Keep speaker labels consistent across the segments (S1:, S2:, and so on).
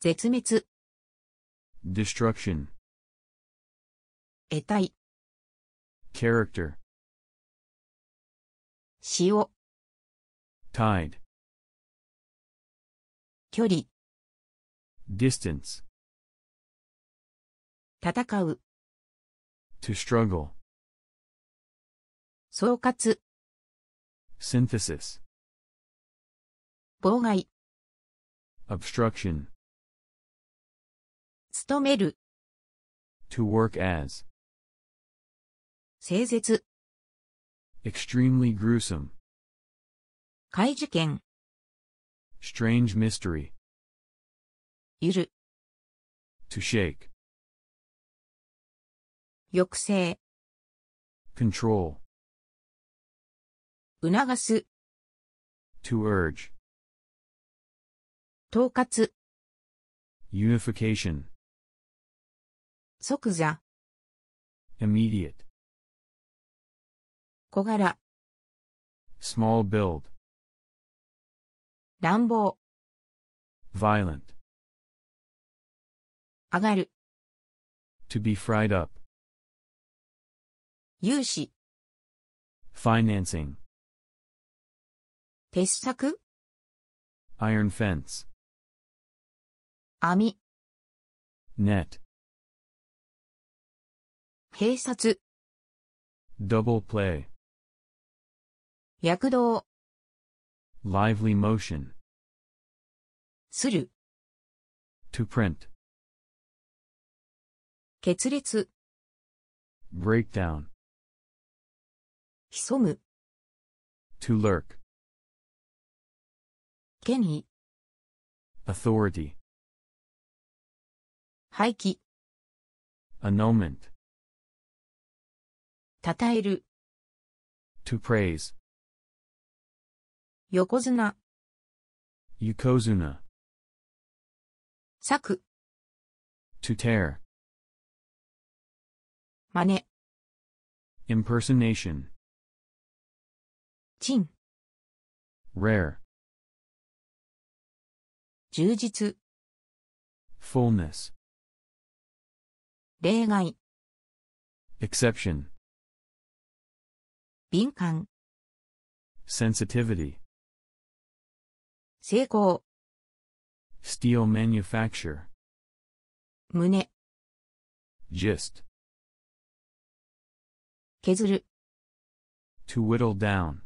S1: 絶滅、
S2: destruction,
S1: 得体、
S2: character,
S1: 塩、
S2: tide,
S1: 距離、
S2: distance,
S1: 戦う、
S2: to struggle,
S1: 総括、
S2: synthesis,
S1: 妨害、
S2: obstruction,
S1: 努める、
S2: to work as,
S1: 整絶、
S2: extremely gruesome,
S1: 怪事件、
S2: strange mystery,
S1: ゆる、
S2: to shake,
S1: 抑制、
S2: control,
S1: 促す、
S2: to urge,
S1: 統括、
S2: unification,
S1: 即座、
S2: immediate,
S1: 小柄、
S2: small build,
S1: 乱暴、
S2: violent,
S1: 上がる、
S2: to be fried up,
S1: 融資、
S2: financing,
S1: 鉄柵、
S2: iron fence,
S1: 網、
S2: net,
S1: 警察、
S2: double play,
S1: 躍動、
S2: lively motion,
S1: する、
S2: to print,
S1: 決裂、
S2: breakdown,
S1: 潜む、
S2: to lurk,
S1: 権威、
S2: authority,
S1: 廃棄、
S2: annulment,
S1: 称える、
S2: to praise,
S1: 横綱、
S2: Yokozuna.
S1: 策、
S2: To tear.
S1: 真似、
S2: Impersonation.
S1: 陳、
S2: Rare.
S1: 充実、
S2: Fullness.
S1: 例外、
S2: Exception.
S1: 敏感、
S2: Sensitivity.
S1: 成功、
S2: Steel manufacture.
S1: 胸、
S2: Gist.
S1: 削る、
S2: To whittle down.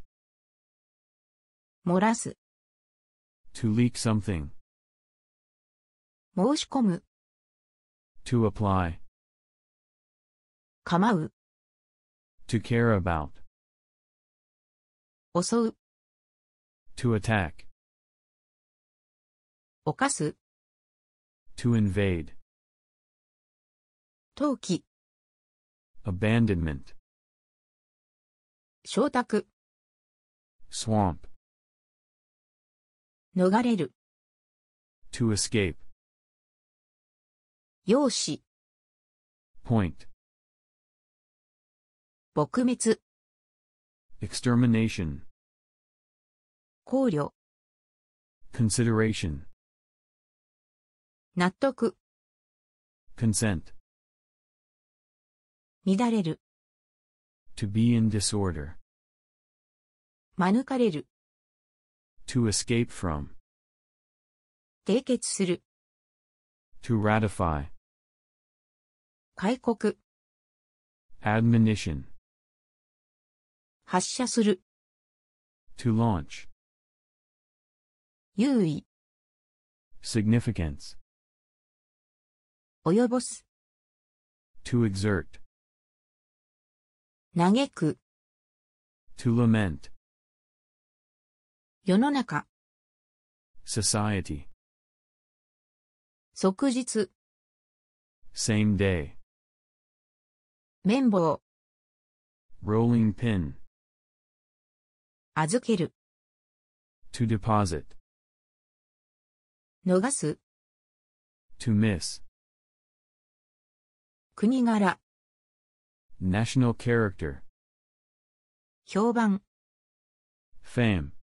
S1: 漏らす、
S2: To leak something.
S1: 申し込む、
S2: To apply.
S1: 構う、
S2: To care about.
S1: 襲う、
S2: To attack.
S1: 犯す、
S2: To invade.
S1: 投機、
S2: Abandonment.
S1: 承諾、
S2: Swamp.
S1: 逃れる、
S2: To escape.
S1: 容姿、
S2: Point.
S1: 撲滅、
S2: Extermination.
S1: 考慮、
S2: Consideration.
S1: 納得、
S2: Consent.
S1: 乱れる、
S2: To be in disorder.
S1: 免れる、
S2: To escape from.
S1: 締結する、
S2: To ratify.
S1: 開国、
S2: Admonition.
S1: 発射する、
S2: To launch.
S1: 優位、
S2: Significance.
S1: 及ぼす、
S2: To exert.
S1: 嘆く、
S2: To lament.
S1: 世の中、
S2: Society.
S1: 即日、
S2: Same day.
S1: 綿棒、
S2: Rolling pin.
S1: 預ける、
S2: To deposit.
S1: 逃す、
S2: To miss.
S1: 国柄、
S2: National character.
S1: 評判。
S2: Fame.